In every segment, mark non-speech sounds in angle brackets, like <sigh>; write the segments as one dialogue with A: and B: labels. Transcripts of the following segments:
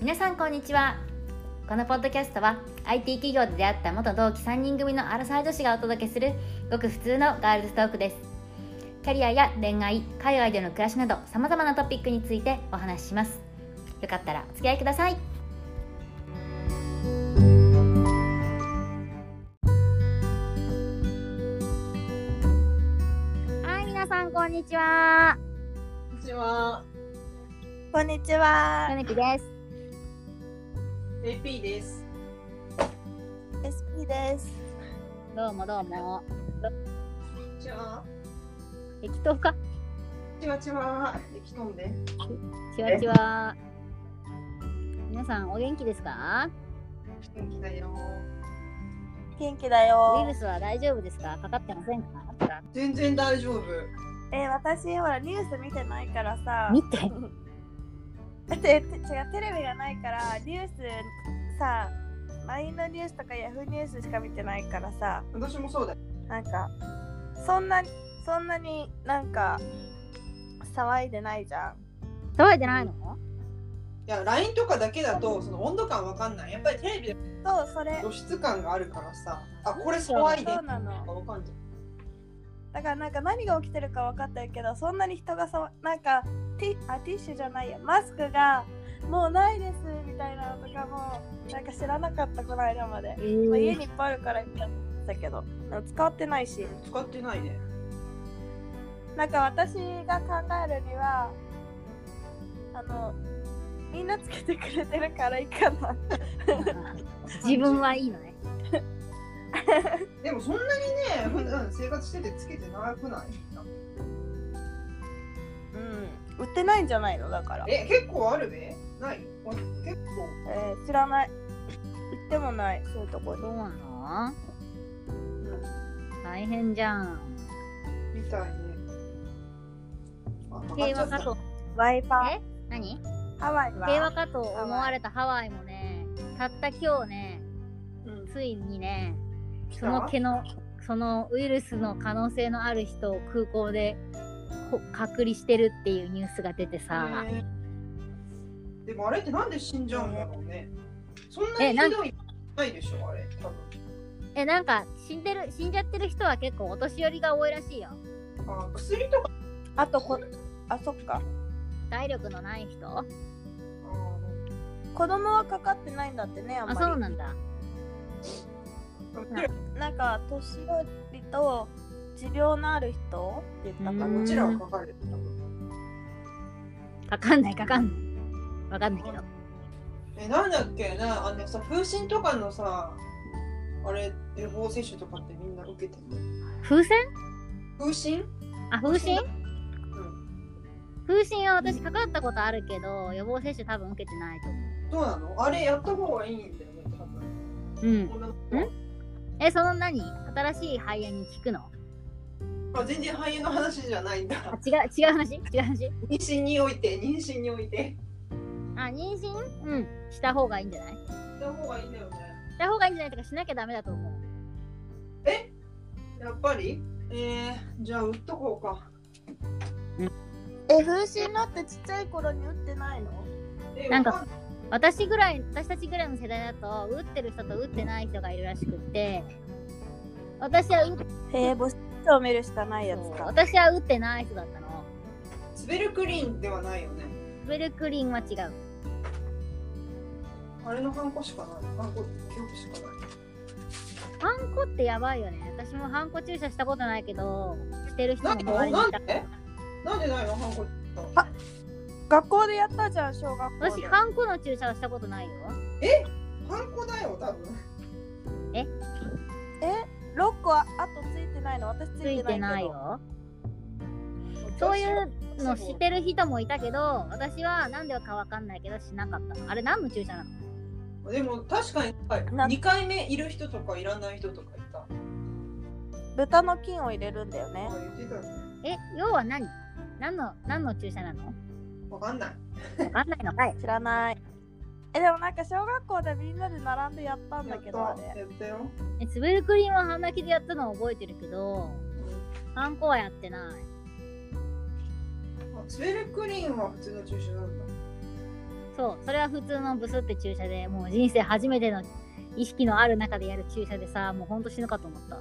A: 皆さんこんにちはこのポッドキャストは IT 企業で出会った元同期3人組のアラサー女子がお届けするごく普通のガールズトークですキャリアや恋愛海外での暮らしなどさまざまなトピックについてお話ししますよかったらお付き合いくださいはい皆さんこんにちは
B: こんにちは。
C: こんにちは。
A: ねきです
B: AP です。
C: SP です。
A: どうもどうも
B: こんにちは。
A: 適当か
B: ちわちわ。できとんで。
A: ちわちわ。皆さんお元気ですか？
B: 元気だよ。
C: 元気だ
A: ウイ
C: よ
A: ル。スは大丈夫ですか？かかってませんか？
B: 全然大丈夫。
C: えー、私ほらニュース見てないからさ。
A: 見て。
C: だってて違うテレビがないからニュースさ、LINE のニュースとか Yahoo ニュースしか見てないからさ、
B: 私もそうだよ。
C: なんかそんなそんなになんか騒いでないじゃん。
A: 騒いでないの？
B: いや、LINE とかだけだと、その温度感わかんない。やっぱりテレビで
C: そうそれ。
B: 露出感があるからさ。あ、これ怖いで。
C: そ
B: わ
C: うなの。
B: かんない。
C: だからなんか何が起きてるか分かってるけど、そんなに人がさなんかティあティッシュじゃないやマスクがもうないですみたいなのとかもなんか知らなかったこの間まで。
A: え
C: まあ、家
A: ー、
C: にいっぱいあるから行ったんだけどでも使ってないし
B: 使ってないね。
C: なんか私が考えるにはあのみんなつけてくれてるからいいかな
A: 自分はいいのね。
B: でもそんなにね、普段生活しててつけてなくない
C: うん売ってないんじゃないのだから、
B: え、結構あるべないお結構。
C: えー知らない売ってもないそういうとこに
A: そうなの？大変じゃん。
B: みたいね。あ、か
A: 平
B: か
A: 和
B: っち
A: か
B: ゃった
A: と。
C: ワイパ
A: え？何？
C: ーハワイ
A: 平
C: は
A: 和かと思われたハワイもね、たった今日ね、
B: うん。
A: ついにね、
B: 来
A: その
B: た
A: 毛のそのウイルスの可能性のある人を空港でこ隔離してるっていうニュースが出てさ。
B: ねえでもあれってなんで死んじゃうんだろうね。そんな
A: え
B: に
A: なん
B: ひどいないでしょ、あれ。多分
A: えなんか死んでる死んじゃってる人は結構お年寄りが多いらしいよ
B: あ薬とか
C: あとこあそっか
A: 体力のない人あ
C: 子供はかかってないんだってねあんまり
A: そうなんだ
B: あ
C: なんか年寄りと持病のある人って言ったかな
A: う
B: の
A: ん
B: うちらはかかる。多分
A: かかんないかかんないわかんないけど
B: え、なんだっけな、あのさ、風疹とかのさ、あれ、予防接種とかってみんな受けてる。
A: 風船
B: 風疹
A: あ風疹
B: うん。
A: 風疹は私かかったことあるけど予防接種多分受けてないと思
B: どうなのあれやった方がいいんだよね、多分。
A: ううん
B: こんな
A: えその何新しい肺炎に効くの
B: あ全然肺炎の話じゃないんだ。
A: あ違う違う話違う話
B: 妊娠において、妊娠において。
A: あ妊娠うんした方がいいんじゃないし
B: やった方がいいんだよね。
A: た方がいいんじゃないとかしなきゃダメだと思う
B: えやっぱりえー、じゃあ打っとこうか。
C: え風疹なってちっちゃい頃に打ってないの
B: え
A: なんか
B: わい
A: 私ぐらい私たちぐらいの世代だと打ってる人と打ってない人がいるらしくって私は打っ
C: へえ母子を見るしかないやつ
A: そう
C: か
A: 私は打ってない人だったの
B: スベルクリーンではないよね。
A: スベルクリンは違う
B: あれのハンコしかない。ハンコ記憶しかない。
A: ハンコってやばいよね私もハンコ注射したことないけどしてる人
B: なん
A: も
B: で
A: 周りに
B: ないん
A: た
B: でなんでないのハンコ
C: 学校でやったじゃん小学校で
A: 私ハンコの注射はしたことないよ
B: ハンコだよ、多分。
C: え六個ああとついてないの私つ
A: つい
C: い
A: て
C: てな
A: ないい
C: けど
A: よそういうのしてる人もいたけど私は何でかわかんないけどしなかったのあれ何の注射なの
B: でも確かに
C: な
B: 2回目いる人とかいらない人とかいた。
C: 豚の菌を入れるんだよね
B: あ言ってたよね。
A: え要は何何の何の注射
B: <laughs>
A: なの
B: わかんない。
A: わかんないのかい
C: 知らないえでもなんか小学校でみんなで並んでやったん
B: や
C: だ
B: っ
C: け
B: た
C: どあ
B: や
C: れ
B: ったよ。
A: えスベルクリンは鼻毛でやったのを覚えてるけどハンコはやってない
B: あスベルクリーンは普通の注射なんだ。
A: そうそれは普通のブスって注射でもう人生初めての意識のある中でやる注射でさもうほんと死ぬかと思った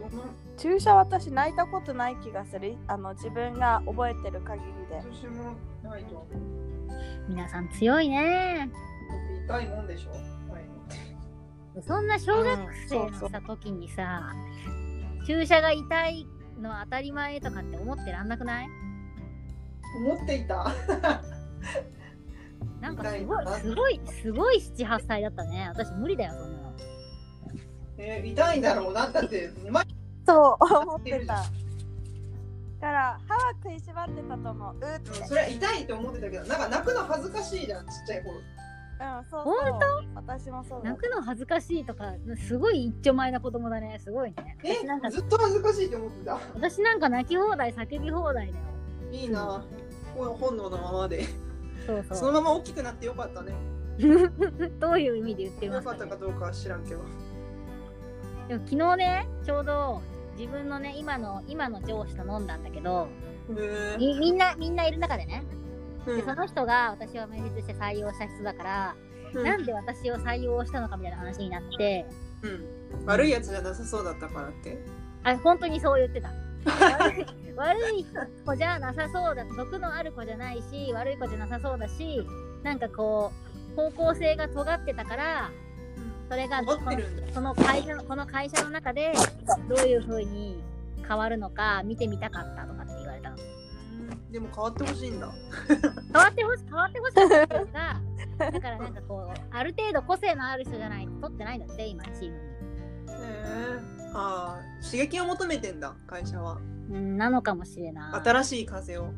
B: そんな
C: 注射私泣いたことない気がするあの自分が覚えてる限りで
B: 私もないと思う。
A: 皆さん強いね
B: だって痛いもんでしょ。はい。
A: そんな小学生の
C: うんそうそ
A: さ時にさ注射が痛いのは当たり前とかって思ってらんなくない
B: 思っていた。
A: なんか
B: 痛
A: す
B: い
A: ご
B: の
A: い
B: か
A: すごいすごい78歳だったね私無理だよそんなの
B: えー痛いんだろうなだって毎日
C: そう思ってた <laughs> だから歯は食いしばってたと思ううーって
B: うんそれは痛いと思ってたけど、なんか泣くの恥ずかしいじゃんちっちゃい頃。
C: うんそうそう
A: 本
C: 私もそうだ
A: 泣くの恥ずかしいとかすごい一丁前な子供だねすごいね私なん
B: え
A: か
B: ずっと恥ずかしいと思ってた。
A: 私なんか泣き放題叫び放題だよ
B: いいな。この本能のままで。
A: そうそう
B: そのまま大きくなってよかったね。
A: <laughs> どういう意味で言ってま
B: よ
A: す
B: か
A: か,、
B: った
A: ね
B: か、どうかは知らんけど。
A: でも昨日ねちょうど自分のね今の今の上司と飲んだんだけど
B: へえ。
A: みみんなみんないる中でね
B: う
A: でその人が私を面接して採用した人だから、
B: ん
A: なんで私を採用したのかみたいな話になって
B: うん。悪いやつじゃなさそうだったからって。
A: あ本当にそう言ってた
B: <laughs>
A: 悪い悪い子じゃなさそうだ毒のある子じゃないし悪い子じゃなさそうだしなんかこう方向性が尖ってたからそれが
B: 思ってるんだ。
A: その会社のこの会社の中でどういう風に変わるのか見てみたかったとかって言われたの
B: でも変わってほしいんだ。
A: 変わってほし変わってほしかったっていうか
B: <laughs>
A: だからなんかこうある程度個性のある人じゃないと取ってないんだって今チーム
B: へえ。ああ、刺激を求めてんだ、会社は。
A: にうんなのかもしれない
B: 新しい風を。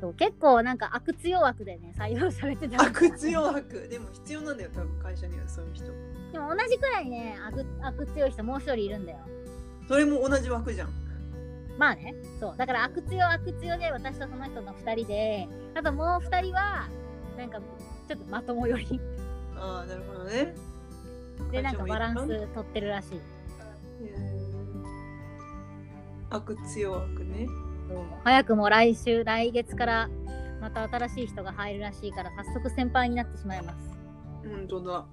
A: そう結構なんか悪強枠でね採用されてた
B: 悪強悪。でも必要なんだよ、多分会社にはそういう人。
A: でも同じくらいね悪悪強い人もう一人いるんだよ
B: それも同じ枠じゃん。
A: まあねそうだから悪強悪強で私とその人の2人であともう2人はなんかちょっとまとも寄り
B: ああ、なるほどね。
A: でなんかバランス
B: へ
A: 取ってるらしい。
B: え悪強悪ね。
A: そう早くも来週来月からまた新しい人が入るらしいから早速先輩になってしまいます。
B: 本当だ。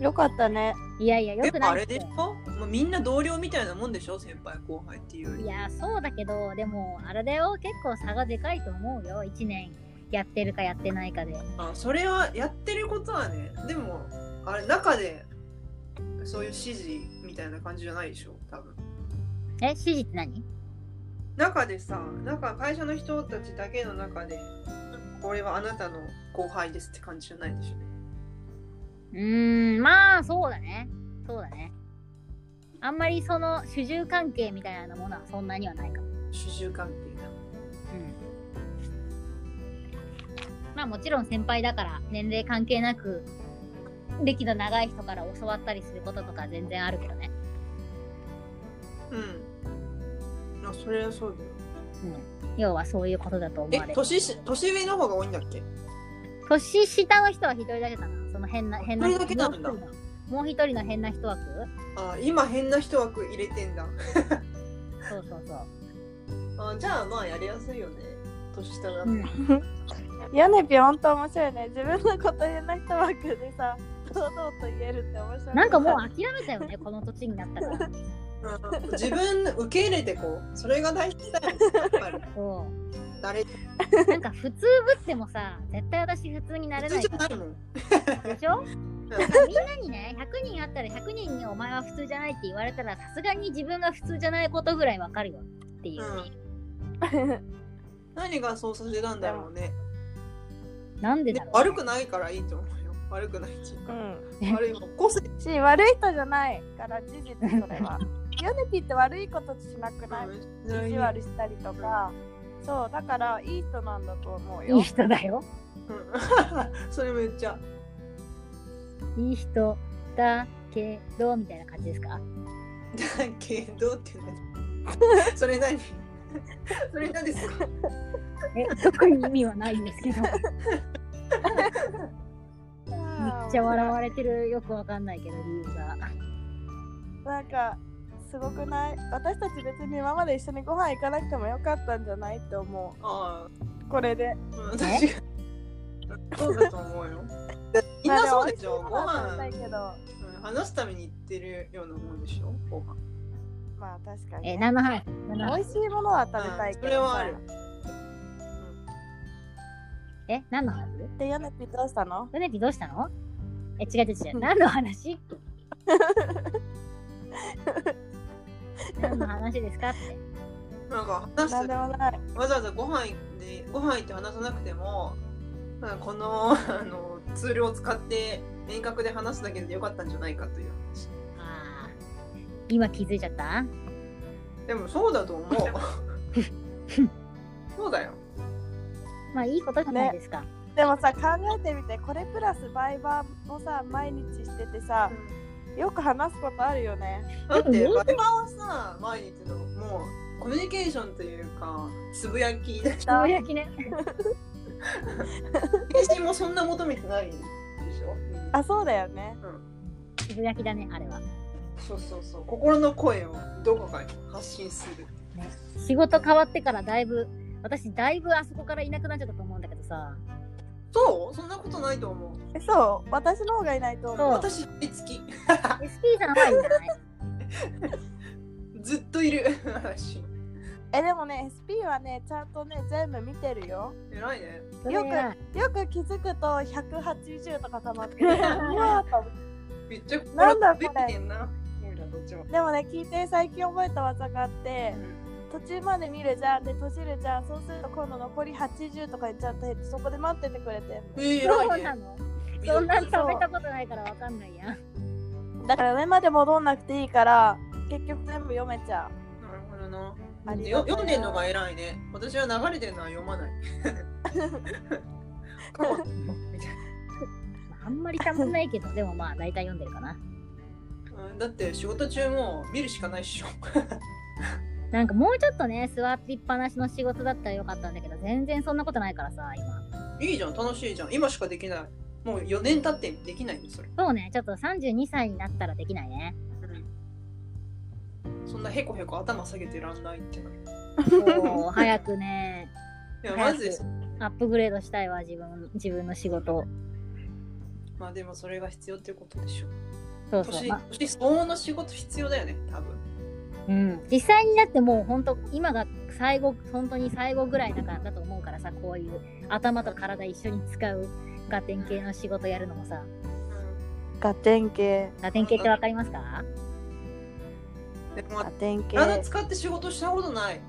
C: よかったね
A: いやいやよ
B: で
A: く
B: もあ
A: ない
B: れ
A: っ
B: で
A: て
B: し。ょ、まあ、みんな同僚みたいなもんでしょ先輩後輩っていうより
A: いやそうだけどでもあれだよ結構差がでかいと思うよ1年やってるかやってないかで。
B: あそれはやってることはねでもあれ中でそういう指示みたいな感じじゃないでしょ多分
A: え指示って何
B: 中でさなんか会社の人たちだけの中でこれはあなたの後輩ですって感じじゃないでしょ
A: うーんまあそうだねそうだね。あんまりその主従関係みたいなものはそんなにはないかも。
B: 主従関係が
A: うんまあもちろん先輩だから年齢関係なく歴の長い人から教わったりすることとか全然あるけどね。
B: うんあそれはそうだよ
A: 要はそういうことだと思わ
B: え
A: れる。
B: 年し年上の方が多いんだっけ
A: 年下の人は一人だけだな。その変な変な
B: 一人だけなんだ
A: もう一人のもう一人の変な人枠
B: あ今変な人枠入れてんだ
A: そうそうそう。
B: あじゃあまあやりやすいよね年下だと
A: うん
C: ヤネピ本当面白いね自分のこと言えない人枠でさ堂々と言えるって面白い
A: なんかもう諦めたよね、この年になった
B: <laughs>
A: から。
B: うん自分受け入れてこうそれが大事だよやっぱり
A: そ
B: 誰
A: うなんか普通ぶってもさ、絶対私普通になれ
B: 普
A: な
B: 通
A: い
B: じ
A: から
B: ゃないもん
A: でしょ
B: うん
A: みんなにね100人あったら100人にお前は普通じゃないって言われたらさすがに自分が普通じゃないことぐらいわかるよっていう、
B: 何がそうさせたんだろうね
A: なんで
B: で
A: だろう
B: 悪くないからいいと思うよ悪くないっていう
C: <laughs> う
B: か
C: ん
B: 悪いもん個性
C: し悪い人じゃないから事実そ
A: <laughs>
C: れはヨネピって悪いことしなくない意地悪したりとかそうだからいい人なんだと思う
A: いい
C: よ
A: 人だよ
B: うんそれめっちゃ
A: いい人だけどみたいな感じですか
B: だけどって
C: <laughs>
B: 何 <laughs> それ何それ何ですか
A: え特に意味はないんですけどめっ
C: め
A: ちゃ笑われてるよくわかんないけど理由が
C: なんかすごくない私たち別に今まで一緒にご飯行かなくてもよかったんじゃないって思
B: あ
C: うこれで
B: あうん確かそうだと思うよ。みんなそうでしょ。ご
C: まあでも美
B: 飯、
C: 味しいものは食べたい
B: うん話すために行ってるようなもんでしょ。ご飯。
C: けど、まあ確かに、
A: えー、
C: ね。
A: 生配
C: 美味しいものは食べたい
B: うん
C: けどさ、
B: それはある
A: え、何の話
C: で、ヨネピどうしたの
A: ヨネピどうしたのえ、違う違う違う。何の話何の話ですかって。
B: なんか話
C: なん
B: す
C: でもない。
B: わざわざご飯行ってご飯行って話さなくても、まあ、この <laughs> あのツールを使って遠隔で話すだけでよかったんじゃないかという話
A: あー今気づいちゃった
B: でもそうだと
C: <laughs>
B: 思うそうだよ
A: まあいいことじゃないですか。
C: でもさ、考えてみて、これプラスバイバーもさ、毎日しててさ、よく話すことあるよね。
B: だってバイ
A: でも
B: バーはさ毎日のもうコミュニケーションというかつぶや
C: <laughs>
B: きだ
A: つ
B: し
A: ぶやきね。
B: 返信もそんな求めてないでしょみんな
C: あ、そうだよね。
A: つぶやきだね、あれは。
B: そうそうそう心の声をどこかに発信する
A: 仕事変わってからだいぶ、私だいぶあそこからいなくなっちゃったと思うんだけどさ。
B: そうそんなことないと思う
C: えそう、私の方がいないと思う。
B: 私大好き
A: SP さんはいいんじゃない
B: <laughs> ずっといる私
C: え、でもね、SP はね、ちゃんとね、全部見てるよ。
B: 偉いね。
A: それ
C: よ
A: は
C: くよく気づくと180とかたまっ
B: <laughs>
C: てるうわーと思って
B: めっちゃ心
C: なんだ
B: 食べてんな。おいらどっちも。
C: でもね聞いて最近覚えた技があって途中まで見るじゃんで閉じるじゃんそうすると今度残り80とかにちゃんと減ってそこで待っててくれてん
B: えー、
A: そう
B: 偉い
A: な
B: ね。
A: の
B: 見
A: そんな
B: ど
A: ん食べたことないからわかんないや <laughs> ん。
C: のだから上まで戻んなくていいから結局全部読めち
B: な
C: ゃ
B: るほどな。
C: うありが
B: よ
C: とう
B: 読んでんのが偉いね。私は流れてるのは読ま
C: <laughs>
B: ない。 <laughs> カモンみたい
A: あんまりたまんないけど、でもまあ大体読んでるかな。
B: なうんだって仕事中も見るしかないっしょ。 <laughs>
A: なんかもうちょっとね、座りっぱなしの仕事だったらよかったんだけど、全然そんなことないからさ、今。
B: いいじゃん、楽しいじゃん。今しかできない。もう4年経ってできないよ、それ。
A: そうね、ちょっと32歳になったらできないね。
B: そんなへこへこ頭下げてらんないってなる。
A: もう早くね、
B: いや、マジで
A: 早アップグレードしたいわ、自分自分の仕事を。
B: まあでもそれが必要っていうことでしょ。
A: そうそう。
B: 年
A: まあ、
B: 年相応の仕事必要だよね、多分。
A: うん。実際になってもう本当、今が最後、本当に最後ぐらいだからだと思うからさ、こういう頭と体一緒に使うガテン系の仕事やるのもさ、
B: う
C: うガテン系
A: ガテン系ってわかりますか
B: ん、でも
C: ガテン系
B: 体使って仕事したことない。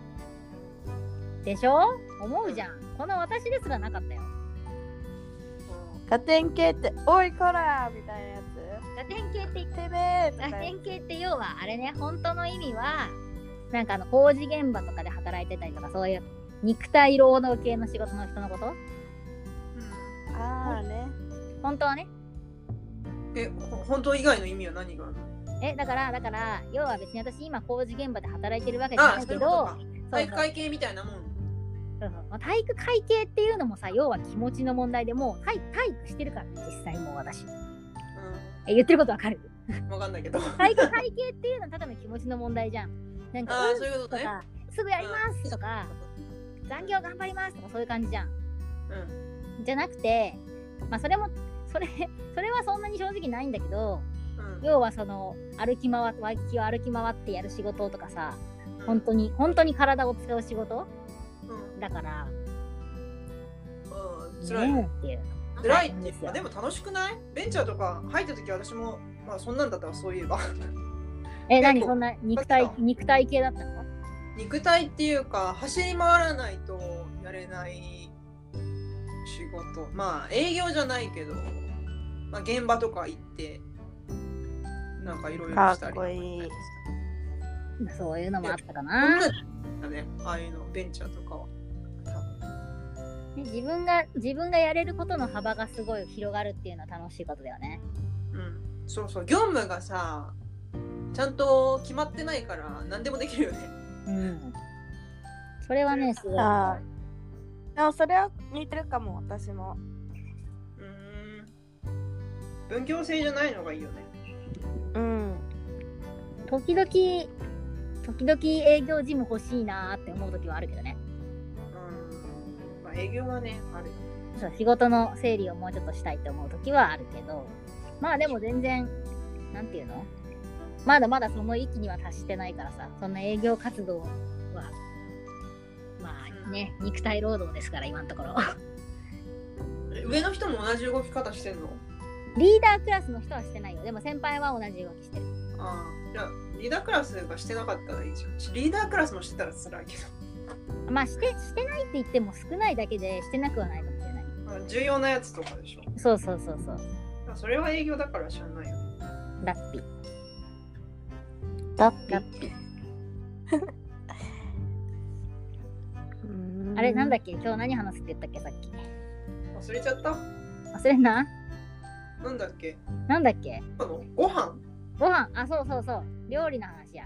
A: でしょ思うじゃん。この私ですらなかったよ。
C: ガテン系って「おいこら!」みたいなや
A: ガテン系って
C: つ「てめえ!」とか
A: ガテン系って要はあれね本当の意味はなんかあの工事現場とかで働いてたりとかそういう肉体労働系の仕事の人のこと
C: ああね
A: 本当はね
B: え、ほ本当以外の意味は何がある
A: えだからだから要は別に私今工事現場で働いてるわけじゃ
B: あ
A: な
B: あ、
A: い
B: そうい
A: け
B: うこと
A: ど
B: か。
A: そう
B: 体
A: そう
B: 育会系みたいなもん。
A: そうそうまあ体育会系っていうのもさ要は気持ちの問題でもう体体育してるからね実際もう私え言ってることわか
B: <laughs>
A: る
B: うん、わかんないけど。あ
A: 体育会系っていうのはただの気持ちの問題じゃんなんか
B: あ
A: う、ん
B: そういうこと
A: と
B: ね。
A: かすぐやりますとか残業頑張りますとかそういう感じじゃん
B: うん。
A: じゃなくて、まあ、それもそれ <laughs> それはそんなに正直ないんだけど要はその歩き回ってワイキキを歩き回ってやる仕事とかさ
B: うん。
A: 本当に本当に体を使う仕事
B: うん。
A: だから
B: うん。辛い。
A: ねえっていう
B: 辛いっていう
A: は
B: か、でも楽しくないベンチャーとか入った時私も、まあそんなんだったわ、そういえば。 <laughs>
A: え
B: 結
A: 何そ
B: 構
A: んな肉体
B: だった
A: 肉体系だったの
B: 肉体っていうか、走り回らないとやれない仕事。まあ営業じゃないけど、まあ現場とか行って、なんかいろいろしたりと
C: かっこいい
A: そういうのもあったか
B: そん
A: な
B: なだね、ああいうのベンチャーとかは。
A: ね自分が自分がやれることの幅がすごい広がるっていうのは楽しいことだよね
B: うん、そうそう、業務がさ、ちゃんと決まってないから、何でもできるよね。
A: うんそれはねすごい
C: あーでもそれは似てるかも私も
B: うーん。分業制じゃないのがいいよね。
C: うん
A: 時々時々営業ジム欲しいなーって思う時はあるけどね
B: うん。まあ、営業はね、ある。
A: そう仕事の整理をもうちょっとしたいと思う時はあるけどまあでも全然なんていうのまだまだその域には達してないからさそんな営業活動はまあね肉体労働ですから今のところ <laughs>
B: 上の人も同じ動き方してんの
A: リーダークラスの人はしてないよでも先輩は同じ動きしてる
B: ああ、じゃあリーダークラスがしてなかったらいいじゃん。リーダークラスもしてたら辛いけ
A: まあしてしてないって言っても少ないだけでしてなくはないかもしれない
B: ど。あ重要なやつとかでしょ。
A: そうそうそうそう
B: まあそれは営業だから知らないよね。
A: ラッピー
C: だっ
A: ラッピーあれなんだっけ今日何話すって言ったっけさっき
B: 忘れちゃった
A: 忘れんな
B: なんだっけ
A: なんだっけ
B: あのご飯
A: ご飯あそうそうそう料理の話や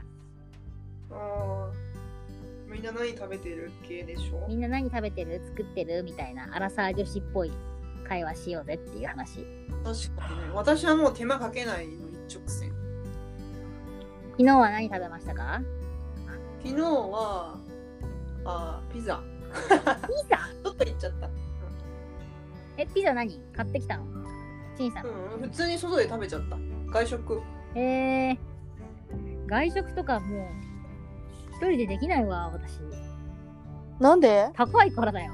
B: あーみんな何食べてる系でしょ
A: みんな何食べてる作ってるみたいなアラサー女子っぽい会話しようぜっていう話
B: 確かにね。私はもう手間かけないの一直線。
A: 昨日は何食べましたか
B: 昨日は、あーピザ。
A: ピザ
B: ちょっと行っちゃった。
A: えピザ何買ってきたのちんさん、
B: うん、普通に外で食べちゃった。外食。
A: えー、外食とかもう一人でできないわ私
C: なんで
A: 高いからだよ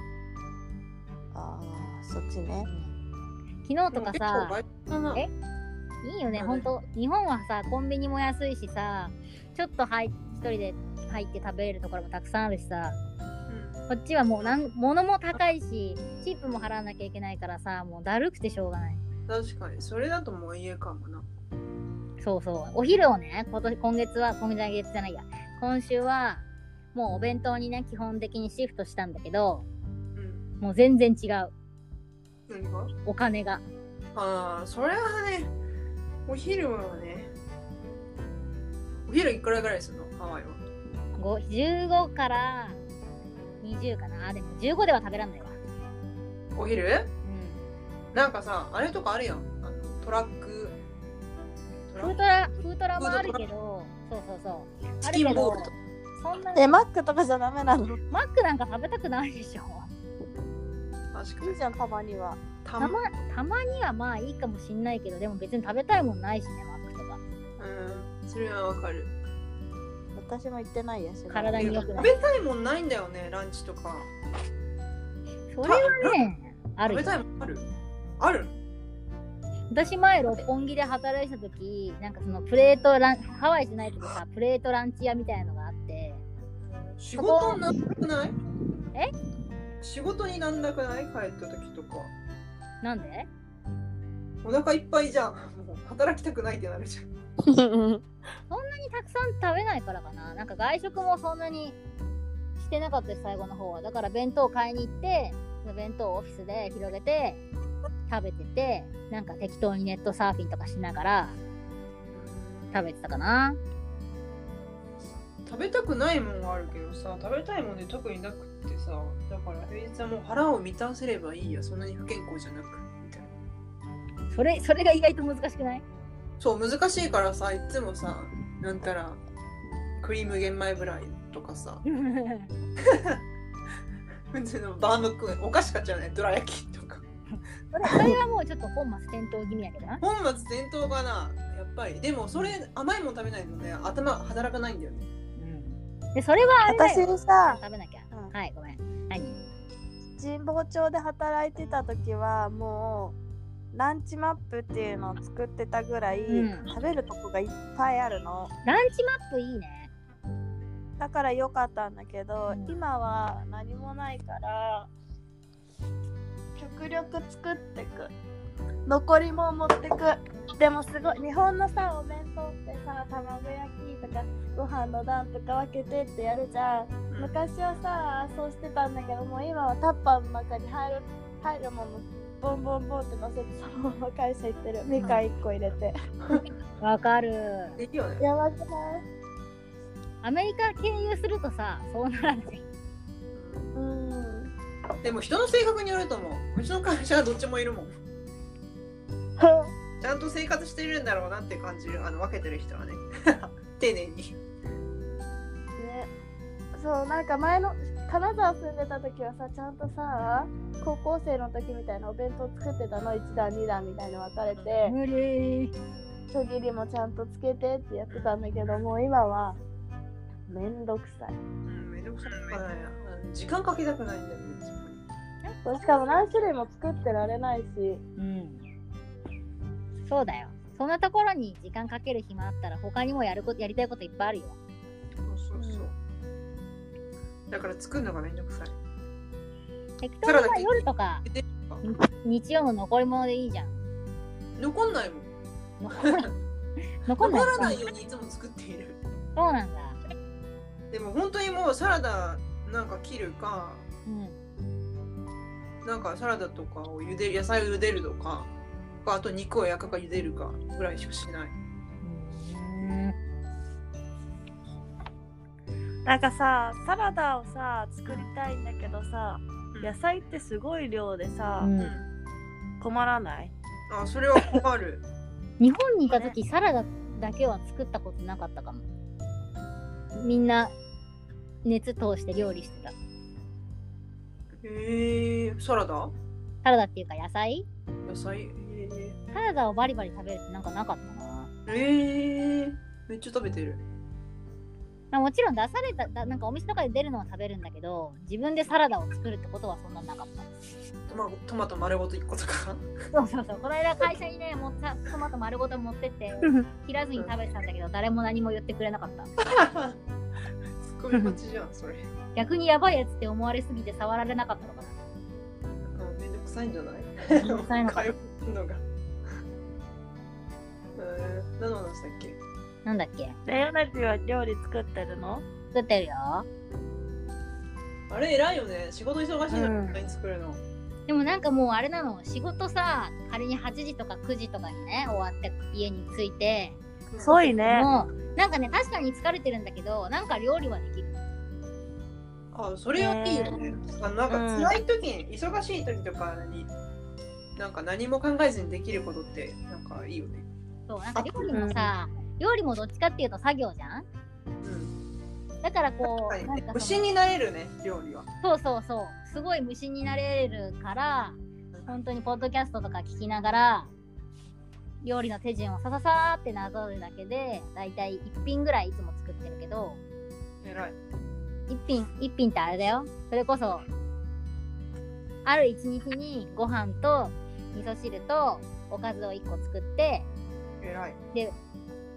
C: ああそっちね
A: 昨日とか
B: でも結構
A: さ
B: 外食かな。
A: えいいよね
B: うん
A: 本当日本はさコンビニも安いしさちょっと入っ一人で入って食べれるところもたくさんあるしさ
B: うん
A: こっちはもうなん物も高いしチップも払わなきゃいけないからさもうだるくてしょうがない
B: 確かにそれだともう家かもな
A: そうそうお昼をね今年今月は今月じゃないや今週はもうお弁当にね基本的にシフトしたんだけど
B: うん
A: もう全然違う
B: 何が
A: お金が
B: ああそれはねお昼はねお昼いくらぐらいするのハワイは
A: 5 15から20かなあでも15では食べらんないわ
B: お昼
A: うん
B: なんかさあれとかあるやんあのトラックト
A: フー
B: ラ
A: トラフートラもあるけどそうそうそう
B: チキンボールとか
A: そんな
C: えマックとかじゃダメなの
A: マックなんか食べたくないでしょ
B: 確か
C: い
B: に
C: いじゃんたまには
B: た
A: たまたまにはまあいいかもしんないけどでも別に食べたいもんないしねマックとか
B: うんそれはわかる
C: 私も行ってないやし <laughs>
A: 体に良くな
B: 食
A: い
B: べたいもんないんだよねランチとか
A: それはねあるよ
B: 食べたいもんあるある
A: 私前六本木で働いてた時なんかそのプレートランハワイじゃないけどさプレートランチ屋みたいなのがあって
B: 仕事になんなくない
A: え
B: 仕事になんなくない帰った時とか
A: なんで
B: お腹いっぱいじゃん。 <laughs> もう働きたくないってなるじゃん。
A: そんなにたくさん食べないからかななんか外食もそんなにしてなかったし最後の方はだから弁当買いに行ってその弁当をオフィスで広げて食べててなんか適当にネットサーフィンとかしながら食べてたかな
B: 食べたくないもんはあるけどさ、食べたいもんで特になくってさ、だから平日はもう腹を満たせればいいや、そんなに不健康じゃなく。みたいな
A: それそれが意外と難しくない <laughs>
B: そう、難しいからさ、いつもさ、なんたら、クリーム玄米フライとかさ、普通のバームクーン、お菓子買っちゃうね、どら焼きとか。
A: それそれはもうちょっと本末転倒気味やけどな
B: 本末転倒かな、やっぱり。でもそれ、甘いもん食べないのね、頭働かないんだよね。
A: でそれはあれだよ
C: 私さ
A: 食べなきゃ、
C: うん
A: はいごめん何
C: 神保町で働いてた時はもうランチマップっていうのを作ってたぐらい、
A: うん
C: 食べるとこがいっぱいあるの
A: ランチマップいいね
C: だから良かったんだけど、
A: うん
C: 今は何もないから極力作ってく残りも持ってくでもすごい日本のさお弁当ってさ卵焼きとかご飯の段とか分けてってやるじゃん
B: うん
C: 昔はさそうしてたんだけどもう今はタッパーの中に入る入るものボンボンボンって乗せてそのまま会社行ってるみかん1個入れて、
A: わかる
B: いいよね。
C: やばくない
A: アメリカ経由するとさそうならない
C: うん
B: でも人の性格によると思う。うちの会社はどっちもいるもん。ちゃんと生活してるんだろうなって感じる。あの分けてる人はね。 <laughs> 丁寧に。
C: ねそうなんか前の金沢住んでた時はさちゃんとさ高校生の時みたいなお弁当作ってたの1段2段みたいに分かれて
A: 無理
C: ちょぎりもちゃんとつけてってやってたんだけどもう今はめんどくさ
B: う
C: い
B: ん、めんどくさくないな。時間かけたくないんだよね、そこに
C: しかも何種類も作ってられないし
A: うんそうだよそんなところに時間かける暇あったら他にもやることやりたいこといっぱいあるよ
B: そうそうそう。だから作るのがめんどくさい。
A: 適当に
B: サラ
A: さ
B: ダ
A: 夜とか
B: で
A: に日曜の残り物でいいじゃん
B: 残んないもん。
A: 残
C: <laughs>
A: ら残ん
B: 残
A: ない
B: らないようにいつも作っている。
A: そうなんだ
B: でも本当にもうサラダなんか切るか、
A: うん
B: なんかサラダとかを茹でる、野菜を茹でるとか、あと肉を焼くか茹でるかぐらいしかしない。
C: なんかさサラダをさ作りたいんだけどさ
B: うん
C: 野菜ってすごい量でさ、
A: うん
B: うん
C: 困らない
B: あ、それは困る。
A: 日本にいた時サラダだけは作ったことなかったかもみんな熱通して料理してた
B: へえー、サラダ
A: サラダっていうか野菜
B: 野菜へえ
A: サラダをバリバリ食べるってなんかなかったな
B: ー、えー、めっちゃ食べてる。
A: まあもちろん出されただなんかお店とかで出るのは食べるんだけど自分でサラダを作るってことはそんななかった
B: トマトマト丸ごと1個とか。
A: そうそうそうこの間会社にねもったトマト丸ごと持って <laughs> って切らずに食べてたんだけど誰も何も言ってくれなかった
B: ツッコミ待ちじゃん、それ。
A: 逆にやばいやつって思われすぎて触られなかったのか <laughs> な
B: なんかめんどくさいんじゃない
A: めんどくさいのか
B: 会話するのが。えー、何の話だっけ
A: なんだっけ
C: レオナティは料理作ってるの
A: 作ってるよ
B: あれ偉いよね。仕事忙しいの
C: うん
B: に、何作るの。
A: でもなんかもうあれなの仕事さ仮に8時とか9時とかにね終わって家に着いて
C: 遅いね
A: もうなんかね確かに疲れてるんだけどなんか料理はできる
B: あ、それはいいよね。あのなんか
C: うん
B: 辛い時に、忙しい時とかに、なんか何も考えずにできることって、なんかいいよね。
A: そうなんか料理もさ、料理もどっちかっていうと作業じゃん
B: うん。
A: だからこ
B: 確か
A: う
B: に
A: なん
B: ね
A: か。
B: 無
A: そ
B: 心
A: の
B: になれるね、料理は。
A: そうそうそうすごい無心になれるから本当にポッドキャストとか聞きながら料理の手順をさささーってなぞるだけでだいたい1品ぐらいいつも作ってるけど
B: 偉い。
A: 一品一品ってあれだよそれこそある一日にご飯と味噌汁とおかずを1個作って
B: 偉い。
A: で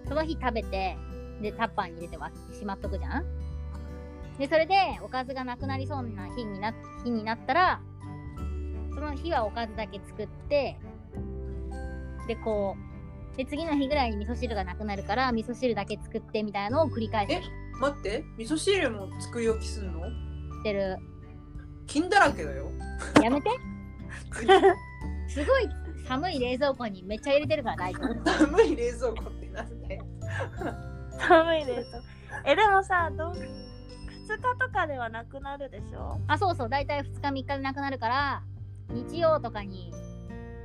A: その日食べてでタッパーに入れてわしまっとくじゃんでそれでおかずがなくなりそうな日にな日になったらその日はおかずだけ作ってでこうで次の日ぐらいに味噌汁がなくなるから味噌汁だけ作ってみたいなのを繰り返し
B: え待って、味噌汁も作り置きすんの
A: てる
B: 金だらけだよ。 <laughs>
A: や <laughs> めてすごい寒い冷蔵庫にめっちゃ入れてるから大丈夫
B: 寒い冷蔵庫ってなんで
C: 寒
B: <laughs>
C: いですえでもさどん2日とかではなくなるでしょ
A: あそうそう大体2日3日でなくなるから日曜とかに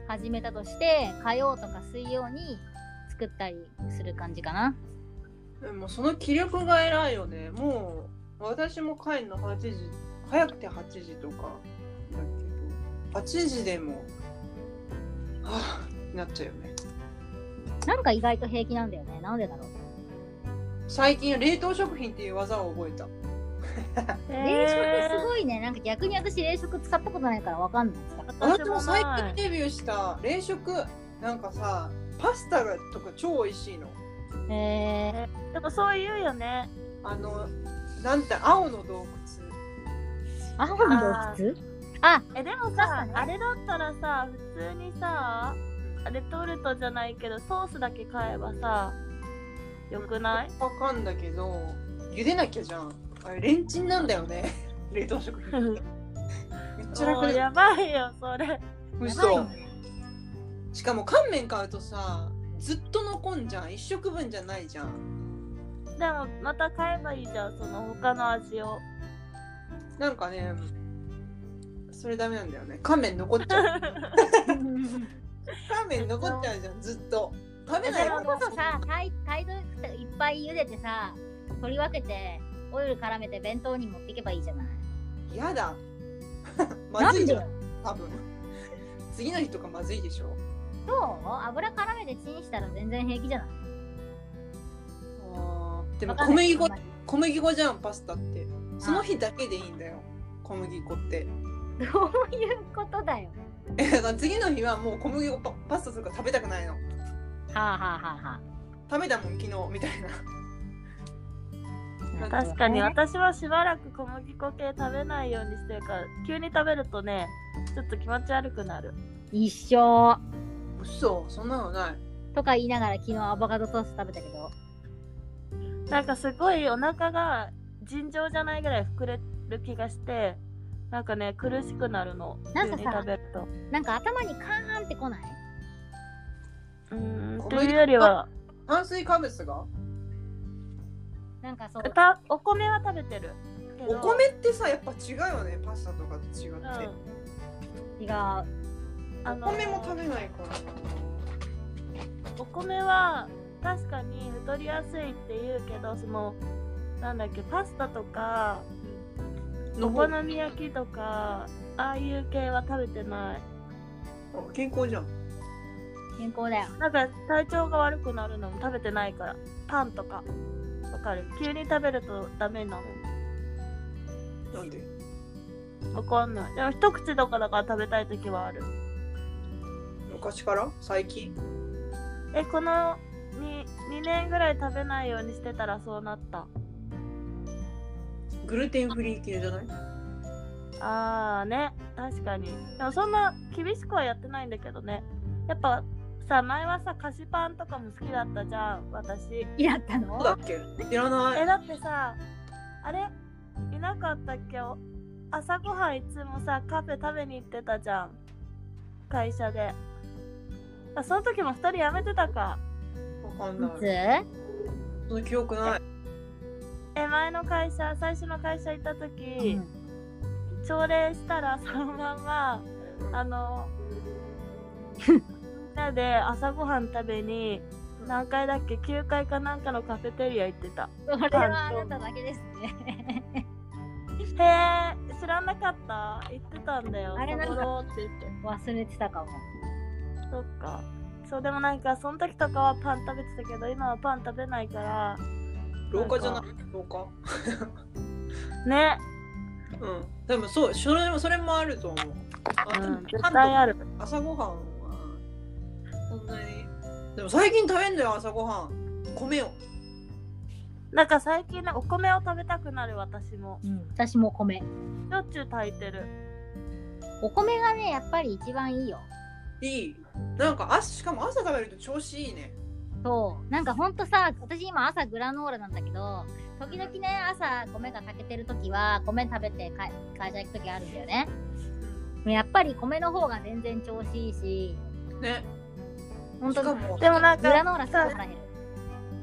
A: 始めたとして火曜とか水曜に作ったりする感じかな
B: でもその気力が偉いよね。もう私も帰るの8時、早くて8時とかだけど、8時でも、はぁってなっちゃうよね。
A: なんか意外と平気なんだよねなんでだろう
B: 最近冷凍食品っていう技を覚えた。
A: 冷食すごいねなんか逆に私冷食使ったことないからわかんない
B: 私も最近デビューした冷食、なんかさ、パスタがとか超美味しいの。
A: へえ
C: でもそう言うよね
B: あの、なんて、青の洞窟。
A: あほん洞窟あ
C: えでも
A: パスタ
C: さ
A: ね
C: あれだったらさ普通にさレトルトじゃないけどソースだけ買えばさよくない
B: わかんだけど、茹でなきゃじゃん。あれ、レンチンなんだよね。 <laughs> 冷凍食品。めっちゃ
C: <laughs>
B: 楽
C: もう
B: で
C: やばいよそれ
A: や
B: 嘘
A: ばい <laughs> ね
B: しかも乾麺買うとさずっと残んじゃん一食分じゃないじゃん
C: でもまた買えばいいじゃんその他の味を
B: なんかねそれダメなんだよね乾麺残っち
C: <laughs>
B: ゃう乾麺残っちゃうじゃんずっ
C: <laughs>
B: と食べ
A: そ
B: ない
A: れ
B: よ
A: こそさ、タイタイドいっぱい茹でてさ、取り分けて、オイル絡めて弁当に持っていけばいいじゃない。
B: やだ <laughs>
A: な
B: まず
A: ん
B: いじ
A: で
B: ゃん多分次の日とかまずいでしょ
A: どう油絡めてチンしたら全然平気じゃない
B: でも
A: わか
B: 小
A: んない
B: 麦粉小麦粉じゃんパスタってその日だけでいいんだよ小麦粉って <laughs>
A: どういうことだよ
B: えだから次の日はもう小麦粉パパスタするから食べたくないの
A: はあはあはあは
B: 食べたもん昨日みたいな
A: あ
C: 確かに
A: ね
C: 私はしばらく小麦粉系食べないようにしてるから急に食べるとねちょっと気持ち悪くなる
A: 一生
B: 嘘そんなのない
A: とか言いながら昨日アボカドソース食べたけど
C: なんかすごいお腹が尋常じゃないぐらい膨れる気がしてなんかね苦しくなるの
A: なんかさ
C: 急に食べると
A: なんか頭にカーンってこないう
C: ーん
B: 小
C: と
B: 麦粉
C: いうよりは
B: 炭水化物が
A: なんかそう
C: たお米は食べてるけ
B: お
C: ど
B: 米ってさやっぱ違うよねパスタとかと違って、
C: う
A: 違う
C: んあの
B: お米も食べないから
C: お米は確かに太りやすいって言うけどそのなんだっけパスタとかお好み焼きとかああいう系は食べてない
B: あ健康じゃん
A: 健康だよ
C: なんか体調が悪くなるのも食べてないからパンとかわかる急に食べるとダメな
B: なんで
C: のわかんないでも一口とかだから食べたい時はある
B: 昔から最近
C: えこの 2, 2年ぐらい食べないようにしてたらそうなった
B: グルテンフリー系じゃない
C: あーね確かにでもそんな厳しくはやってないんだけどねやっぱさ前はさ菓子パンとかも好きだったじゃん私
A: いやった
B: そうだ
A: の
B: っけ知らな
C: え
B: い
C: だってさあれいなかったっけお朝ごはんいつもさカフェ食べに行ってたじゃん会社であその時も2人辞めてたか
B: わかん
A: い
B: ない
A: つ
B: その記憶ない
C: え前の会社最初の会社行った時、
A: うん
C: 朝礼したら <laughs> そのまんまあのみんなで朝ごはん食べに何階だっけ9階かなんかのカフェテリア行ってた
A: それはあなただけですね <laughs>
C: へえ知らなかった行ってたんだよ
A: あれなんか
C: サボろうって言って
A: 忘れてたかも
C: そっかそうでもなんかその時とかはパン食べてたけど今はパン食べないから
B: 廊下じゃない廊下
C: ね
B: うんでもそうそれもそれもあると思うあ
C: う
B: でも
C: ん絶対ある
B: 朝ごはんはそんなにでも最近食べんだよ朝ごはん米を
C: なんか最近ねお米を食べたくなる私も
A: 私も米
C: しょっちゅう炊いてる
A: お米がねやっぱり一番いいよ
B: いいなんかあしかも朝食べると調子いいね
A: そうなんかほんとさ私今朝グラノーラなんだけど時々ね朝米が炊けてる時は米食べてか会社行く時あるんだよねやっぱり米の方が全然調子いいし
B: ね
A: ほん
B: し
A: と
B: か
A: グ
B: も
C: でもな
A: ラ
C: んか
A: ノーラすごい腹減る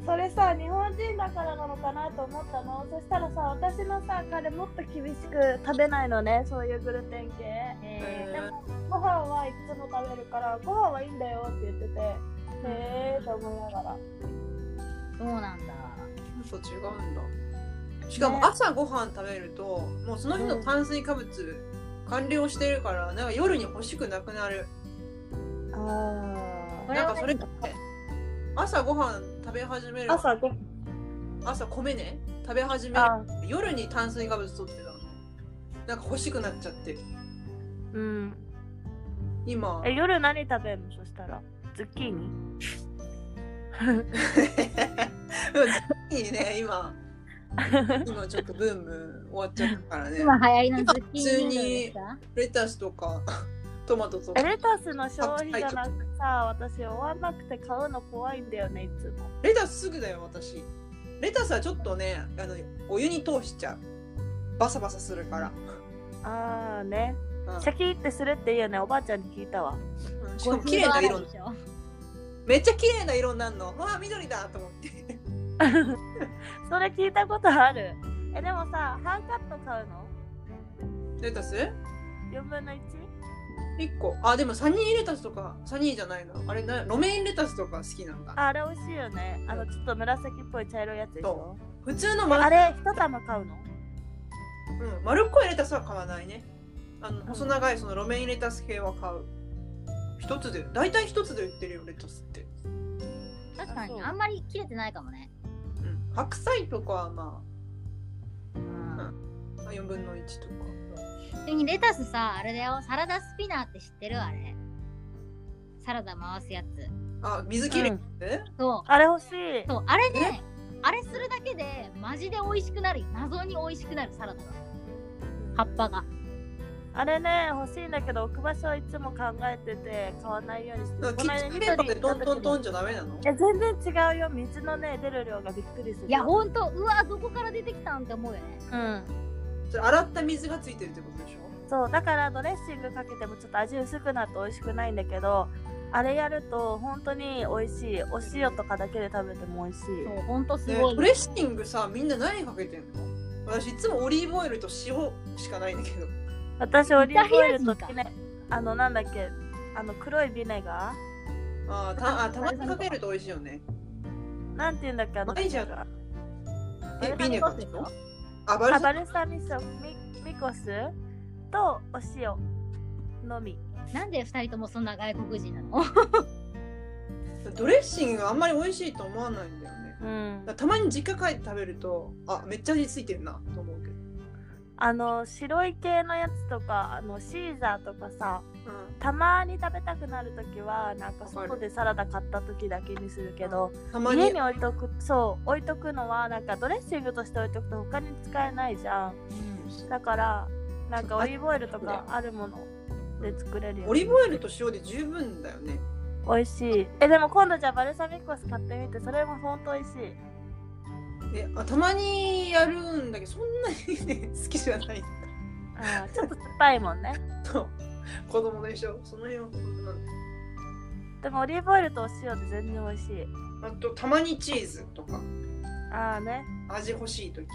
C: それさ日本人だからなのかなと思ったのそしたらさ私のさ彼もっと厳しく食べないのねそういうグルテン系
A: え
C: でもご飯はいつも食べるからご飯はいいんだよって言っててへえと思いながら
A: ー、そうなんだ
B: そう違うんだしかも朝ごはん食べると、もうその日の炭水化物完了してるからなんか夜に欲しくなくなる
C: あ
A: これは
B: なんかそれって
A: 何
B: 朝ごはん食べ始める
C: 朝ご
B: 朝米ね食べ始める
C: あ
B: 夜に炭水化物取ってたのなんか欲しくなっちゃって
C: うん
B: 今
C: え夜何食べるのそしたらズッキ <laughs> ーニ
B: <laughs> いいね今今ちょっとブーム終わっちゃったからね
A: 今流行りのズッキーニですか
B: レタスとかトマトとか
C: レタスの消費じゃなくてさ私終わんなくて買うの怖いんだよねいつも
B: レタスすぐだよ私レタスはちょっとねあのお湯に通しちゃうバサバサするから、
C: ああね
B: うん
C: シャキってするっていいよねおばあちゃんに聞いたわ
B: うんし
A: ごちそ
B: かも
A: う
B: 綺麗な
A: 洗い
B: 色
A: でしょ
B: めっちゃ綺麗な色になるのあー緑だと思って
C: それ聞いたことあるえでもさハンカット買うの
B: レタス
C: 4分の 1?
B: 1個あでもサニーレタスとかサニーじゃないなあれなロメインレタスとか好きなんだ
C: ああれ美味しいよねあのちょっと紫っぽい茶色いやつでしょ
B: 普通のマ
C: あれ一玉買うの
B: うん、丸っこいレタスは買わないね。あの細長いその路面レタス系は買う。一つで、大体一つで売ってるよ、レタスって。
A: 確か
C: あそ
A: に
C: う
A: あんまり切れてないかもね
B: うん、白菜とかはま
A: うん
B: あ、4分の1とか。
A: それにレタスさあれだよサラダスピナーって知ってるあれサラダ回すやつ
B: あ、水切れ、
C: うん
B: え
A: そ。
C: あれ欲しいう
A: そうあれねあれするだけでマジで美味しくなる謎に美味しくなるサラダが葉っぱが
C: あれね、欲しいんだけど、置く場所はいつも考えてて、買わないようにして
B: な
C: る。
B: んかキッチンペーパーでトントントンじゃダメなの
C: え、全然違うよ。水のね、出る量がびっくりする。
A: いやほんとうわどこから出てきたんって思うよね
C: うん。
B: それ洗った水がついてるってことでしょ
C: そう、だからドレッシングかけてもちょっと味薄くなって美味しくないんだけど、あれやると本当に美味しい。お塩とかだけで食べても美味しい。
A: そうほんとす
B: ね
A: ごい
B: ドレッシングさ、みんな何かけてんの私いつもオリーブオイルと塩しかないんだけど。
C: 私、オリーブオイルと
A: イタリア人か
C: ビネ、あの、なんだっけ、あの、黒いビネガ
B: あーたあ、たまにかけると美味しいよね。
C: ーなんて言うんだっけ、あの、
B: ないじゃん
C: ー。
B: え、ビネガーってことあ、バル
C: あ
B: サ
C: バルサミソミミコスとお塩のみ。
A: なんで2人ともそんな外国人なの
B: ドレッシングがあんまり美味しいと思わないんだよね。
C: うん
B: だからたまに実家帰って食べると、あ、めっちゃ味ついてるなと思うけど。
C: あの白い系のやつとかあのシーザーとかさたまに食べたくなるときはなんか
B: わかる
C: 外でサラダ買ったときだけにするけど
B: うん、たまに
C: 家に置いとくそう置いとくのはなんかドレッシングとして置いとくと他に使えないじゃんだからなんかオリーブオイルとかあるもので作れるよ
B: オリーブオイルと塩で十分だよね。
C: 美味しいえでも今度じゃあバルサミコ酢買ってみてそれもほんと美味しい
B: えあたまにやるんだけど、そんなに、ね、 <laughs> 好きじゃない。
C: あーちょっと酸っぱいもんね
B: と子供でしょ。その辺は子供なんだ
C: でもオリーブオイルとお塩で全然美味しい。
B: あと、たまにチーズとか、
C: ああね。
B: 味欲しいとき。
C: う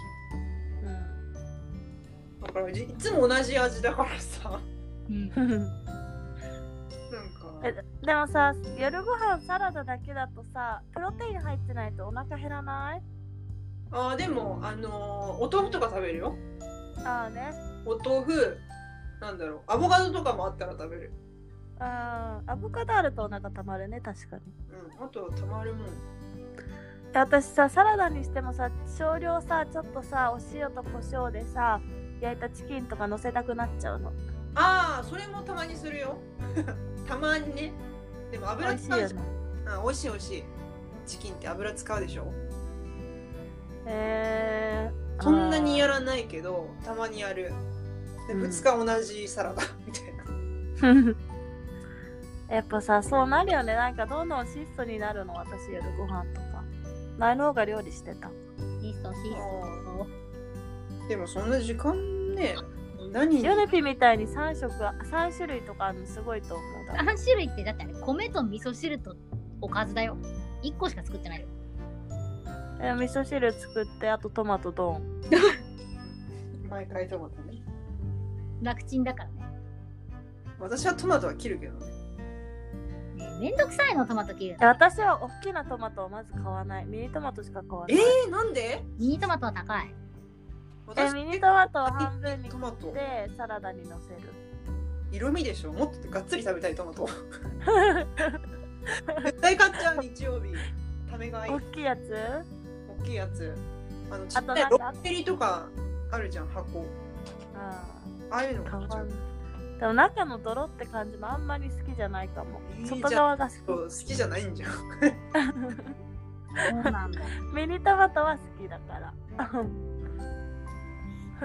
B: だから、じいつも同じ味だからさ、
A: <laughs> うん
C: ん。
B: な
C: <laughs>
B: んか、
C: えでもさ、夜ご飯サラダだけだとさ、プロテイン入ってないとお腹減らない
B: あーでも、あのーお豆腐とか食べるよ。
C: ああね。
B: お豆腐、なんだろう、アボカドとかもあったら食べる。
C: あーアボカドあるとお腹たまるね、確かに。
B: うん、あとはたまるもん。
C: で私さ、サラダにしてもさ、少量さ、ちょっとさ、お塩と胡椒でさ、焼いたチキンとか乗せたくなっちゃうの。
B: ああ、それもたまにするよ。 <laughs> たまにね。でも
C: 美
B: 油
C: 味しい
B: 使う
C: よ
B: じ
C: ね。
B: ゃん。うん美味しい美味しい。チキンって油使うでしょ
C: へえー。
B: そんなにや
C: る。
B: らないけど、たまにやる。で、
C: うん
B: 2日同じサラダ <laughs> みたいな。
C: <laughs> やっぱさそうなるよねなんかどんどん質素になるの私夜ご飯とか前の方が料理してた
A: シストシスト
B: でもそんな時間ね、何
C: ヨネピみたいに3食3種類とかあるのすごいと思うだ
A: 3種類ってだってあれ米と味噌汁とおかずだよ1個しか作ってないよ
C: え味噌汁作ってあとトマト丼
B: 毎回トマトね。
A: 楽ちんだからね
B: 私はトマトは切るけどね。
A: ねえめんどくさいのトマト切る
C: え私は大きなトマトをまず買わないミニトマトしか買わない
B: えー、なんで
A: ミニトマトは高い
C: え
B: 私
C: ミニトマトを半分に切
B: トマト
C: っ。てサラダにのせる
B: 色味でしょもっとがっつり食べたいトマ
C: <laughs>
B: ト。絶対買っちゃう日曜日。ためがいい
C: 大。きいやつ
B: 大きいやつあのち
C: あ
B: っ
C: と
B: ちゃ
C: ないん
B: ロ
C: か
B: ッテリとかあるじゃん箱
C: あ
B: ああいうの
C: ー買
B: 買
C: わ
B: っちゃ
C: ないうでも中の泥って感じもあんまり好きじゃないかも
B: いいじゃん
C: 外側が好き
B: そう好きじゃないん
C: <laughs>
B: じゃん
A: そうなんだ
C: ミニトマトは好きだから。ふ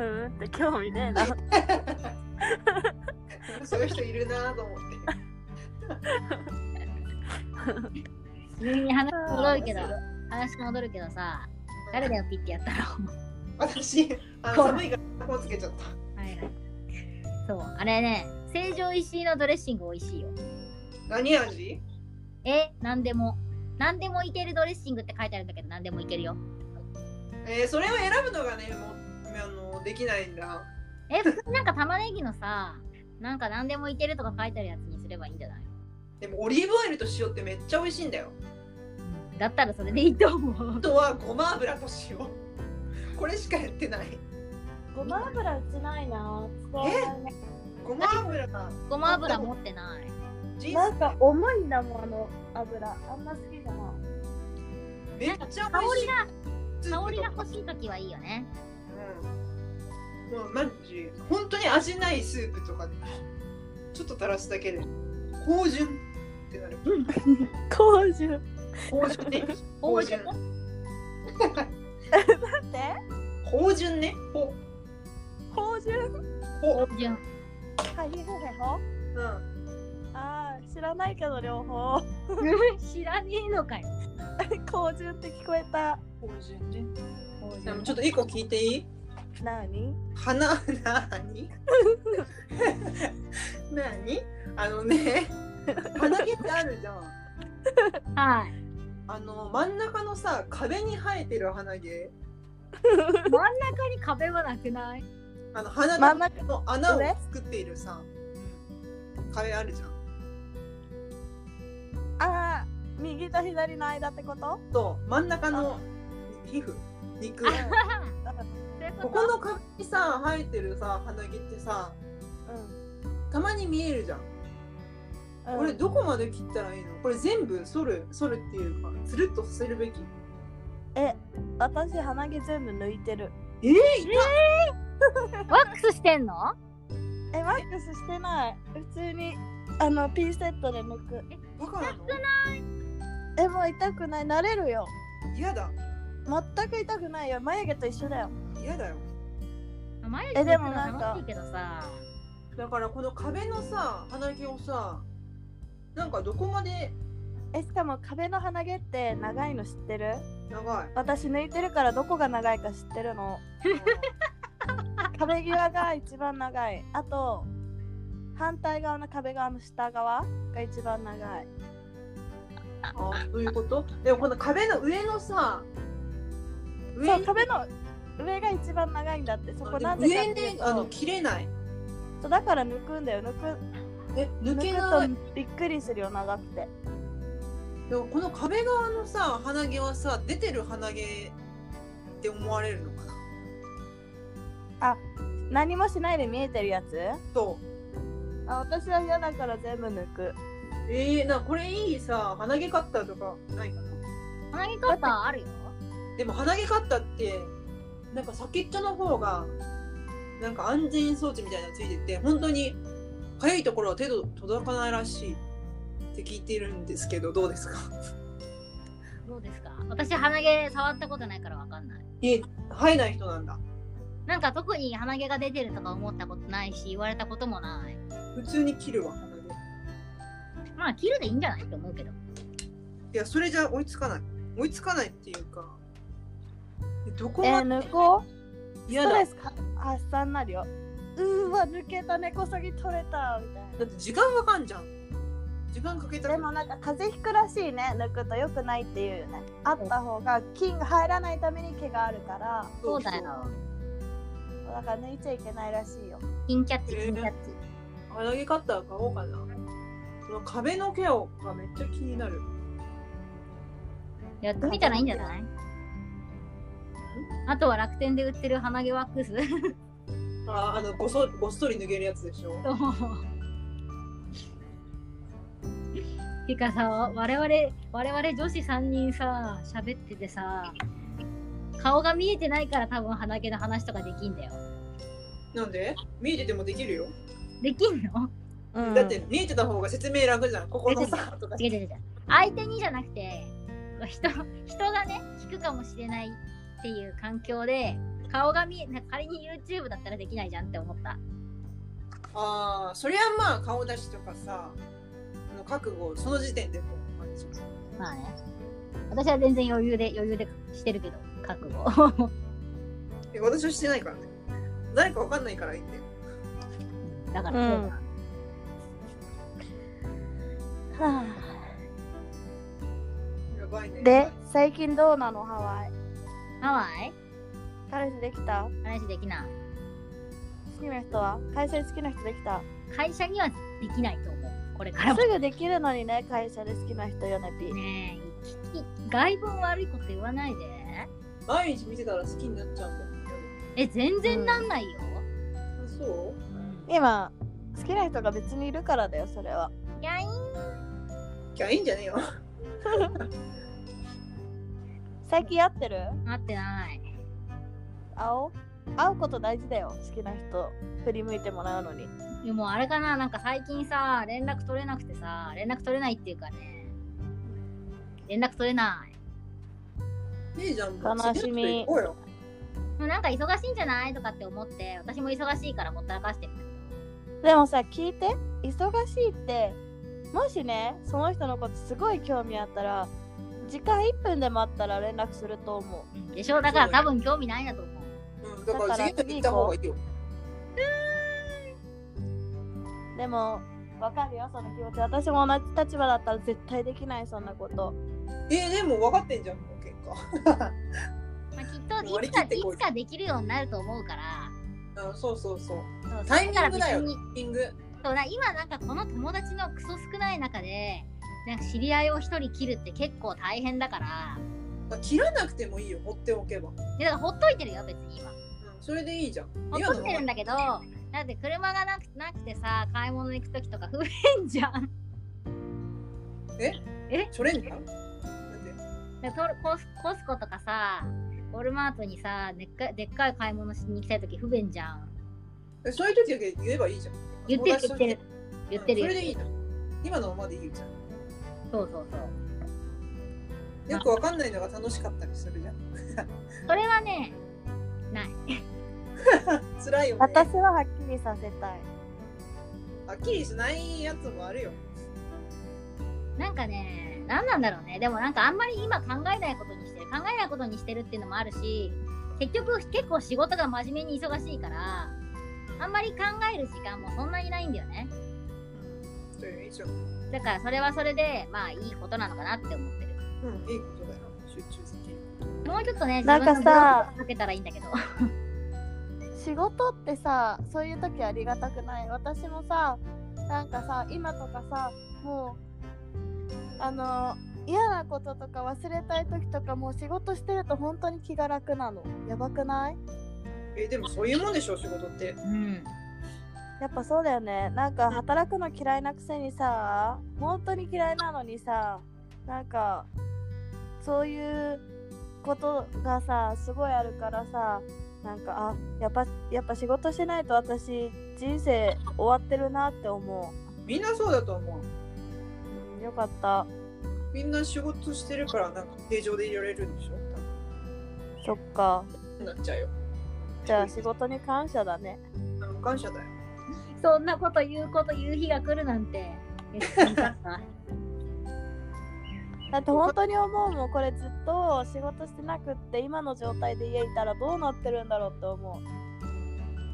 C: ーんって興味ねえな。
B: そういう人いるなと思って
A: 急に話戻 <laughs> るけど話戻るけどさ誰だよピッてやったのは
B: 私あの寒いからこうつけちゃった
A: いはいそうあれね成城石井のドレッシング美味しいよ
B: 何味
A: えなんでもなんでもいけるドレッシングって書いてあるんだけどなんでもいけるよ
B: えー、それを選ぶのがねもうあのできないんだ
A: え普通なんか玉ねぎのさなんか何でもいけるとか書いてあるやつにすればいいんじゃない
B: でもオリーブオイルと塩ってめっちゃ美味しいんだよ
A: だったらそれでいいと思
B: あ
A: う
B: とはごま油と塩これしかやってない
C: ごま油うちないな使わないね
B: ごま油が
A: ごま油持ってない
B: 人
C: なん
B: 生
C: か重いんだもんあの油あんま好きじゃない
B: めっちゃ
A: 香
B: 美味し
A: り
B: い
A: が
B: スー
A: 香
B: プ
A: り
B: と
A: が
B: か
A: 欲しい時はいいよね
B: うんもうマジ本当に味ないスープとかでちょっと垂らすだけで芳醇ってなる
C: 工事だっ
B: 芳醇ね芳醇
C: て
B: 芳醇ねほ
C: 工事
B: ほ
A: 芳醇
C: はいはいはいはい
B: うん
C: あー知らないけど両方 <laughs>
A: 知らねえのかよ
C: 工事って聞こえた
B: 芳醇ねでもちょっと一個聞いていい
C: なに
B: 花な <laughs> になにあのね鼻毛ってあるじゃん
A: はい
B: あの真ん中のさ壁に生えてる鼻毛
A: 真ん中に壁はなくない
B: あの鼻
C: 真
B: の
C: ん中
B: の穴を作っているさ壁あるじゃん
C: あー右と左の間ってこと
B: と真ん中の皮膚肉
A: そういうこ
B: ことこの壁にさ生えてるさ鼻毛ってさ
C: うん
B: たまに見えるじゃん、
C: うん
B: これどこまで切ったらいいのこれ全部剃る剃るっていうかつるっとさせるべき
C: え私鼻毛全部抜いてる
B: えー、
A: ワックスしてんの
C: えワックスしてない普通にあのピンセットで抜く
B: バカなの
C: えもう痛くない慣れるよ
B: 嫌だ
C: 全く痛くないよ眉毛と一緒だよ
B: 嫌だよ
A: 眉
C: え
A: 毛
C: で
A: で
C: も
A: も
C: なんか
A: 楽しいけどさ
B: だからこの壁のさ鼻毛をさなんかどこまで
C: えしかも壁の鼻毛って長いの知ってる
B: 長い
C: 私抜いてるからどこが長いか知って
B: <laughs>
C: るの壁際が一番長いあと反対側の壁側の下側が一番長い
B: あーそういうことでもこの壁の上のさ
C: そ
B: 上
C: う
B: に
C: 壁の上が一番長いんだってそこ
B: あ
C: なん
B: で
C: で
B: も
C: かっ
B: 上
C: ていう
B: ね
C: と
B: あの切れない
C: そうだから抜くんだよ抜く
B: え抜けない
C: 抜くとびっくりするよ長くて
B: でもこの壁側のさ鼻毛はさ出てる鼻毛って思われるのかな
C: 何もしないで見えてるやつ
B: と
C: あ私は嫌だから全部抜く
B: えー、なんかこれいいさ鼻毛カッターとかないかな
A: 鼻毛カッターあるよ
B: でも鼻毛カッターってなんか先っちょの方がなんか安全装置みたいなのついてて本当にかゆいところは手の届かないらしいって聞いてるんですけどどうですか
A: どうですか私鼻毛触ったことないからわかんない
B: え生えない人なんだ
A: なんか特に鼻毛が出てるとか思ったことないし言われたこともない
B: 普通に切るわ鼻毛
A: まあ切るでいいんじゃないって思うけど
B: いやそれじゃ追いつかない追いつかないっていうかえどこ
C: え
B: ま
C: ー、
B: で
C: 抜こう
B: 嫌
C: スト
B: だ
C: レスか発散になるようーわ抜けた根こそぎ取れたみたいな
B: だって時間わかんじゃん。時間かけた
C: でもなんか風邪ひくらしいね抜くと良くないっていうねあった方が菌が入らないために毛があるから
A: そうだよ。
C: だから抜いちゃいけないらしいよ
A: 金キャッチ
B: えー
A: 金キャッチ
B: 鼻毛カッター買おうかな。その壁の毛をがめっちゃ気になる。
A: やってみたらいいんじゃないあとは楽天で売ってる鼻毛ワックス <laughs>
B: ああのごそごっそり抜けるやつでしょ。
A: とてかさ我々我々女子3人さ喋っててさ顔が見えてないから多分鼻毛の話とかできんだよ
B: なんで見えててもできるよ。
A: できんの
C: うん
B: だって見えてた方が説明楽じゃん。ここのさとか。
A: 違う違う違う相手にじゃなくて人人がね聞くかもしれないっていう環境で顔が見えなんか仮に YouTube だったらできないじゃんって思った
B: ああ、そりゃまあ顔出しとかさ、あの覚悟をその時点でもう感じる
A: まあね私は全然余裕で余裕でしてるけど覚悟
B: え私はしてないからね。誰かわかんないからいいんだよ。
A: <laughs> だからそうだ、
C: うんは
B: やばい
C: あ
B: ね。
C: <laughs> で最近どうなのハワイ
A: ハワイ
C: 彼氏できた
A: 話できない
C: 好きな人は会社で好きな人できた
A: 会社にはできないと思うこれからも
C: すぐできるのにね会社で好きな人よねピ
A: ねえ聞き外文悪いこと言わないで
B: 毎日見てたら好きになっちゃうんだよ。
A: え全然なんないよ、
B: そ
C: 今好きな人が別にいるからだよそれはい
A: やいいう
B: きゃいいんじゃねえよ。 <laughs>
C: 最近会ってる
A: なってない
C: 会おう会うこと大事だよ好きな人振り向いてもらうのに
A: でもあれかななんか最近さ連絡取れなくてさ連絡取れないっていうかね連絡取れない
B: いいじゃん、も
C: 悲しみ
B: う次の人行こうよ。
A: もうなんか忙しいんじゃないとかって思って私も忙しいからほったらかしてる
C: でもさ聞いて忙しいってもしねその人のことすごい興味あったら時間1分でもあったら連絡すると思
A: うんでしょだから多分興味ないんだと思う
B: うん、だから次の人行った方がいいよ。
C: うでもわかるよその気持ち私も同じ立場だったら絶対できないそんなこと
B: えー、でも分かってんじゃん、もう結果。
A: まあ、きっ
B: もう
A: とい
B: 割
A: つ
B: り
A: か
B: 切ってこい
A: いつかできるようになると思うから
B: うん、そうそうそ
A: そ
B: う。
A: う
B: タイミングだよ
A: そし、
B: タイミング。
A: たら別にそうな今なんかこの友達のクソ少ない中でなんか知り合いを一人切るって結構大変だから
B: まあ切らなくてもいいよ、放っておけば。うん、
A: でだからほっといてるよ別に今
B: それでいいじゃん。
A: ほっといてるんだけどだって車がなくなくてさ買い物行く時とか <laughs> 不便じゃん
B: それんかなんで
A: でトルコスコスコとかさウォルマートにさでっかいでっかい買い物しに行きたい時不便じゃん
B: えそういう時だけ言えばいいじゃん。
A: 言ってる
B: 友
A: 言っ
B: 達と
A: てる言ってる
B: う
A: よ
B: んそれでいいじゃん。今のままでいいじゃん。
A: そうそうそう
B: よくわかんないのが楽しかったりするじゃん。
A: それはねない
B: 辛いよね。
C: 私ははっきりさせたい
B: はっきりしないやつもあるよ。
A: なんかね何なんだろうねでもなんかあんまり今考えないことにしてる考えないことにしてるっていうのもあるし結局結構仕事が真面目に忙しいからあんまり考える時間もそんなにないんだよね
B: という以上。
A: だからそれはそれでまあいいことなのかなって思ってる
B: うん、いいことだよ。集中的に。
A: もうちょっとね自
C: な
A: 分
C: ん
A: の
C: か
A: ブ
C: さ
A: ログかけたらいいんだけど
C: 仕事ってさそういう時ありがたくない私もさなんかさ今とかさもうあの嫌なこととか忘れたい時とかもう仕事してると本当に気が楽なのやばくない
B: えでもそういうもんでしょ仕事って
A: うん
C: やっぱそうだよねなんか働くの嫌いなくせにさ本当に嫌いなのにさなんかそういうことがさすごいあるからさなんかあやっぱやっぱ仕事しないと私人生終わってるなって思
B: みんなそうだと思う
C: う、うん、よかった
B: みんな仕事してるからなんか平常でいられるんでしょ
C: そっか
B: 多分なっちゃうよ
C: じゃあ仕事に感謝だね
B: うん感謝だよ
A: そんなこと言うこと言う日が来るなんて。
C: だって本当に思うもんこれずっと仕事してなくって今の状態で家いたらどうなってるんだろうって思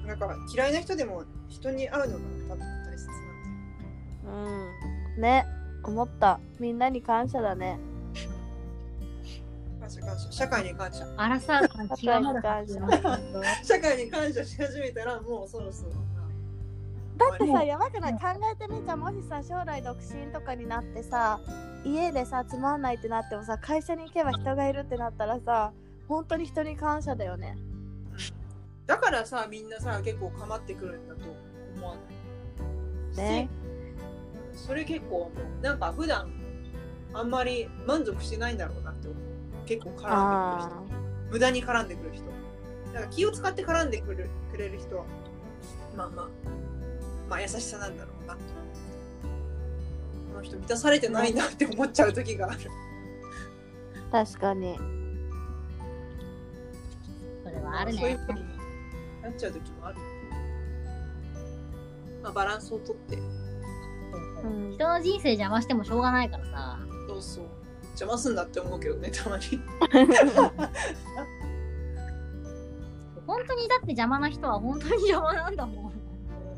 C: う
B: なんか嫌いな人でも人に会うのが多分大切なん
C: うんね思ったみんなに感謝だね
B: だ感謝感謝社会に感謝
A: アラサー感極まるはずよ。
B: 社会に感謝し始めたらもうそろそろ
C: だって
B: う
C: さ
B: ん
C: やばくない考えてみじゃあもしさ将来独身とかになってさ家でさつまんないってなってもさ会社に行けば人がいるってなったらさ本当に人に感謝だよね
B: だからさみんなさ結構構ってくるんだと思わない
C: ね
B: しそれ結構思うなんか普段あんまり満足してないんだろうなって思う結構絡んでくる人
C: あ
B: 無駄に絡んでくる人なんか気を使って絡んでくるくれる人はまあまあまあ優しさなんだろうなとこの人満たされてないなって思っちゃう時がある
C: ー確かに
A: それはある
B: そういう
A: ね。
B: ふうになっちゃう時もあるまあバランスをとって
C: うん
A: 人の人生邪魔してもしょうがないからさ。
B: そうそう邪魔すんだって思うけどねたまに <laughs>
A: 本当にだって邪魔な人は本当に邪魔なんだもん。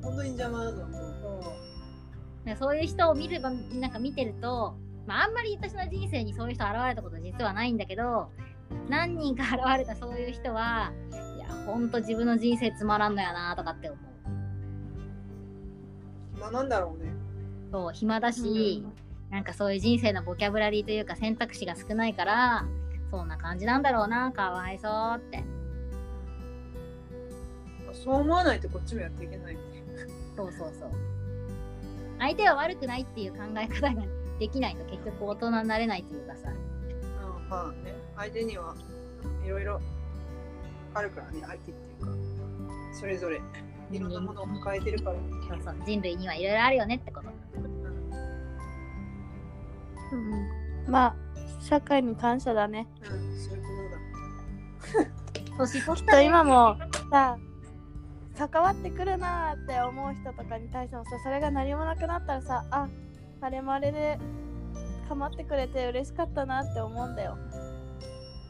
B: 本当に邪魔だと思う
A: ねそういう人を見ればなんか見てると、まあ、あんまり私の人生にそういう人現れたこと実はないんだけど何人か現れたそういう人はいやほんと自分の人生つまらんのやなとかって思う。
B: 暇なんだろうね
A: そう暇だし、なんかそういう人生のボキャブラリーというか選択肢が少ないからそんな感じなんだろうなかわいそうって
B: そう思わないとこっちもやっていけないみたいな
A: そうそうそう相手は悪くないっていう考え方が <laughs> できないと結局大人になれないというかさ
B: うんまあね相手にはいろいろあるからね相手っていうかそれぞれいろんなものを抱えてるから、
A: そうそう人類にはいろいろあるよねってこと
B: うん
C: うんうん、まあ社会に感謝だね
B: うん、そういうことだ
A: 年取っ
C: きったと
A: ね
C: 今もさ関わってくるなーって思う人とかに対してもさそれが何もなくなったらさああれもあれで構ってくれて嬉しかったなって思うんだよ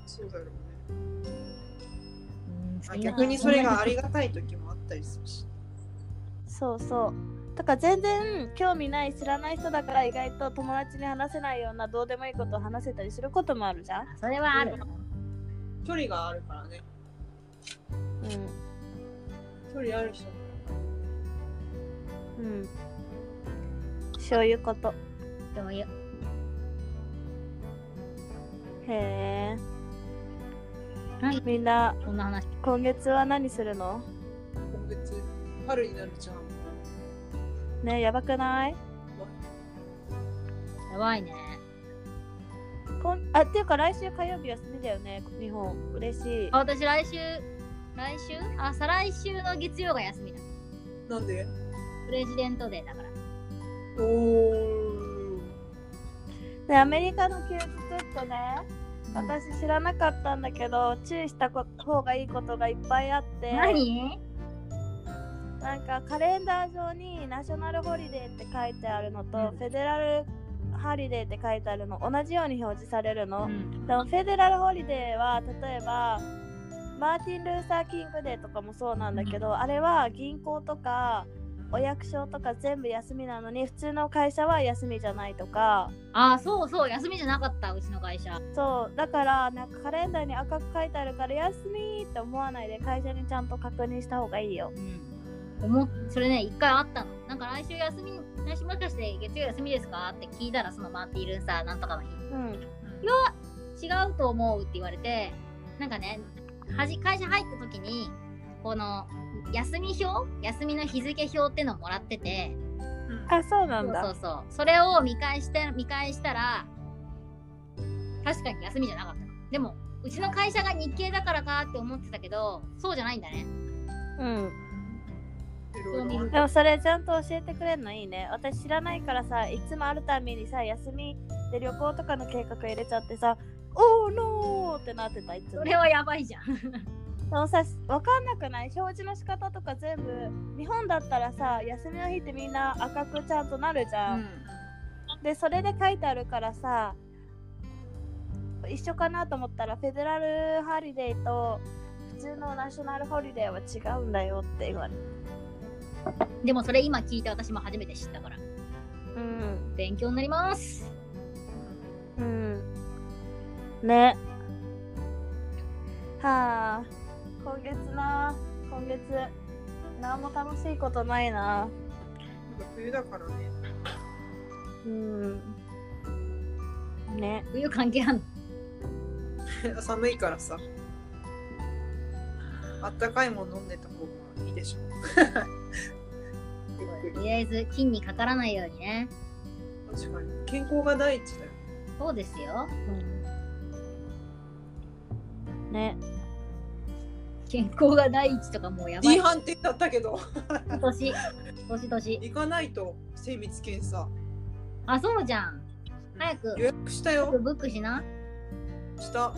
B: そうだろうね
A: うん
B: あ逆にそれがありがたい時もあったりするし
C: そうそうだから全然興味ない知らない人だから意外と友達に話せないようなどうでもいいことを話せたりすることもあるじゃん、
A: それはある
B: 距離があるからね
C: う
B: 距離ある人も
C: んうん、そういうこと
A: でもよ
C: へえ
A: はい
C: みんな
A: こんな話
C: 今月は何するの
B: 今月春になるじゃん
C: ねやばくない
A: やばいね
C: こんあっていうか来週火曜日休みだよね日本嬉しい
A: あ私来週来週あ再来週の月曜が休みだ
B: なんで
A: プレジデントデーだから
B: おお
C: でアメリカの休日ってね私知らなかったんだけど注意したこ方がいいことがいっぱいあって
A: 何
C: なんかカレンダー上にナショナルホリデーって書いてあるのと、
A: うん
C: フェデラルハリデーって書いてあるの同じように表示されるの、
A: うん
C: でもフェデラルホリデーは例えばマーティン・ルーサー・キングデーとかもそうなんだけど、あれは銀行とかお役所とか全部休みなのに普通の会社は休みじゃないとか
A: あそうそう休みじゃなかったうちの会社
C: そうだからなんかカレンダーに赤く書いてあるから休みって思わないで会社にちゃんと確認した方がいいよ
A: うん、思っそれね一回あったのなんか来週休み来週もしかして月曜休みですかって聞いたらそのマーティールンさなんとかの日
C: うん
A: 違うと思うって言われてなんかねはじ会社入った時にこの休み表休みの日付表ってのをもらってて
C: あそうな
A: そ
C: ん
A: う
C: だ
A: そうそうそれを見返して見返したら確かに休みじゃなかったのでもうちの会社が日系だからかって思ってたけどそうじゃないんだね
C: うん
B: いろいろある
C: でもそれちゃんと教えてくれるのいいね。私知らないからさ、いつもあるたびにさ、休みで旅行とかの計画入れちゃってさ、おーのーってなってた、いつ
A: そ
C: も。
A: れはやばいじゃん
C: でもさ、わかんなくない表示の仕方とか全部、日本だったらさ、休みの日ってみんな赤くちゃんとなるじゃん。で、それで書いてあるからさ、一緒かなと思ったら、フェデラルハリデーと普通のナショナルホリデーは違うんだよって言われる。
A: でもそれ今聞いて私も初めて知ったから
C: うん。
A: 勉強になります
C: うん。ね。はあ。今月な。今月。何も楽しいことないな。
B: なんか冬だからね
C: うん。ね。
A: 冬関係あんの
B: 寒いからさあったかいもの飲んでた方がいいでしょゆっ
A: と
B: くり
A: りあえず菌にかからないようにね
B: 確かに健康が第一だよ
A: そうですよ
C: ね。
A: 健康が第一とかもうやばい
B: D 判定だったけど
A: 年年年
B: 行かないと精密検査
A: あそうじゃん早く
B: 予約した
A: 早く
B: よ
A: ブックしな
B: した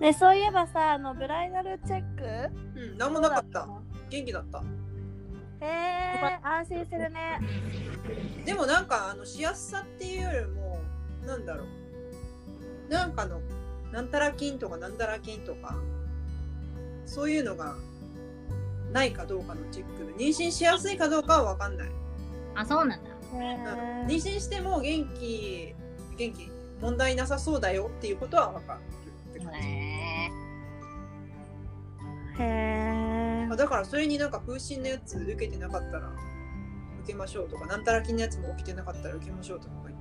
C: ね、そういえばさ、あの、ブライダルチェック
B: うん何もなかった元気だった
C: へえ、安心するね。
B: でもなんかあのしやすさっていうよりもなんだろうなんかのなんたら菌とかなんたら菌とかそういうのがないかどうかのチェックで妊娠しやすいかどうかは分かんない、
A: あそうなんだ
C: へ
B: うん妊
C: え
B: 娠しても元気元気問題なさそうだよっていうことは分かるって感じ、
A: へ
C: へえ
B: まあ。だからそれになんか風疹のやつ受けてなかったら受けましょうとかなんたら菌のやつも起きてなかったら受けましょうとか言って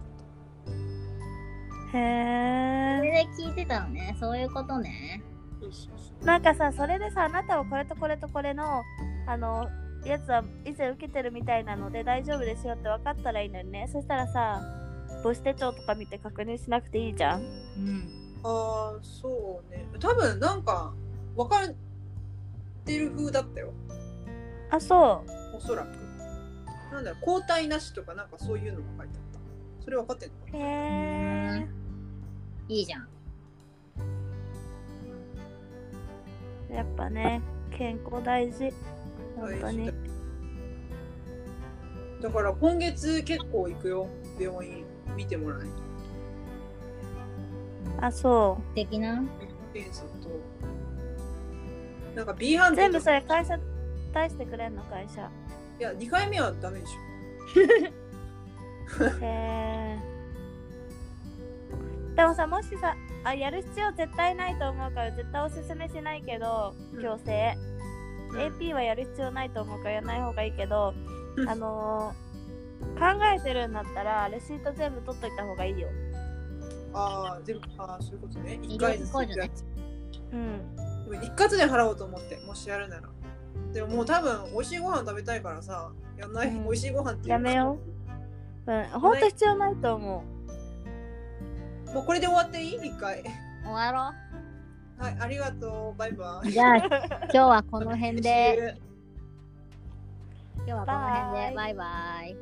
B: た
C: へ
A: えそ
C: え。
A: れで聞いてたのねそういうことね
B: そうそうそう
C: なんかさ、それでさ、あなたはこれとこれとこれのあのやつは以前受けてるみたいなので大丈夫ですよって分かったらいいのにねそしたらさ母子手帳とか見て確認しなくていいじゃん
A: うん
B: ああそうね多分なんか分かってる風だったよ
C: あそう
B: おそらくなんだろう交代なしとかなんかそういうのが書いてあったそれ分かってんのか
C: へ
B: な
C: え
A: いいじゃん
C: やっぱね健康大事本当に
B: だから今月結構行くよ病院見てもらえと
C: あそ
A: 素敵な
B: 検査となんか B 判
C: う
B: 定
C: 全部
B: と
C: そ
B: か
C: れ会社出してくれんの会社
B: いや2回目はダメでし
C: へーでもさもしさあやる必要絶対ないと思うから絶対おすすめしないけど
B: うん
C: 強制、
B: ょ
C: AP はやる必要ないと思うからやらない方がいいけど、
B: うん
C: あのー考えてるんだったらレシート全部取っといた方がいいよ
B: <laughs> ああ全部ああそういうことね
A: 医療
B: 1回ずつ
A: 費控除ね
C: うん
B: でも一括で払おうと思ってもしやるならでももう多分美味しいご飯食べたいからさやんない、
C: うん
B: 美味しいご飯っていうか
C: やめようんほんと必要ないと思
B: もうこれで終わっていい一回
A: 終わろ
B: はいありがとうバイバ
A: う
B: イ
A: じゃあ今 <laughs> 日はこの辺で今日はこの辺
C: バイ
A: でバイバイ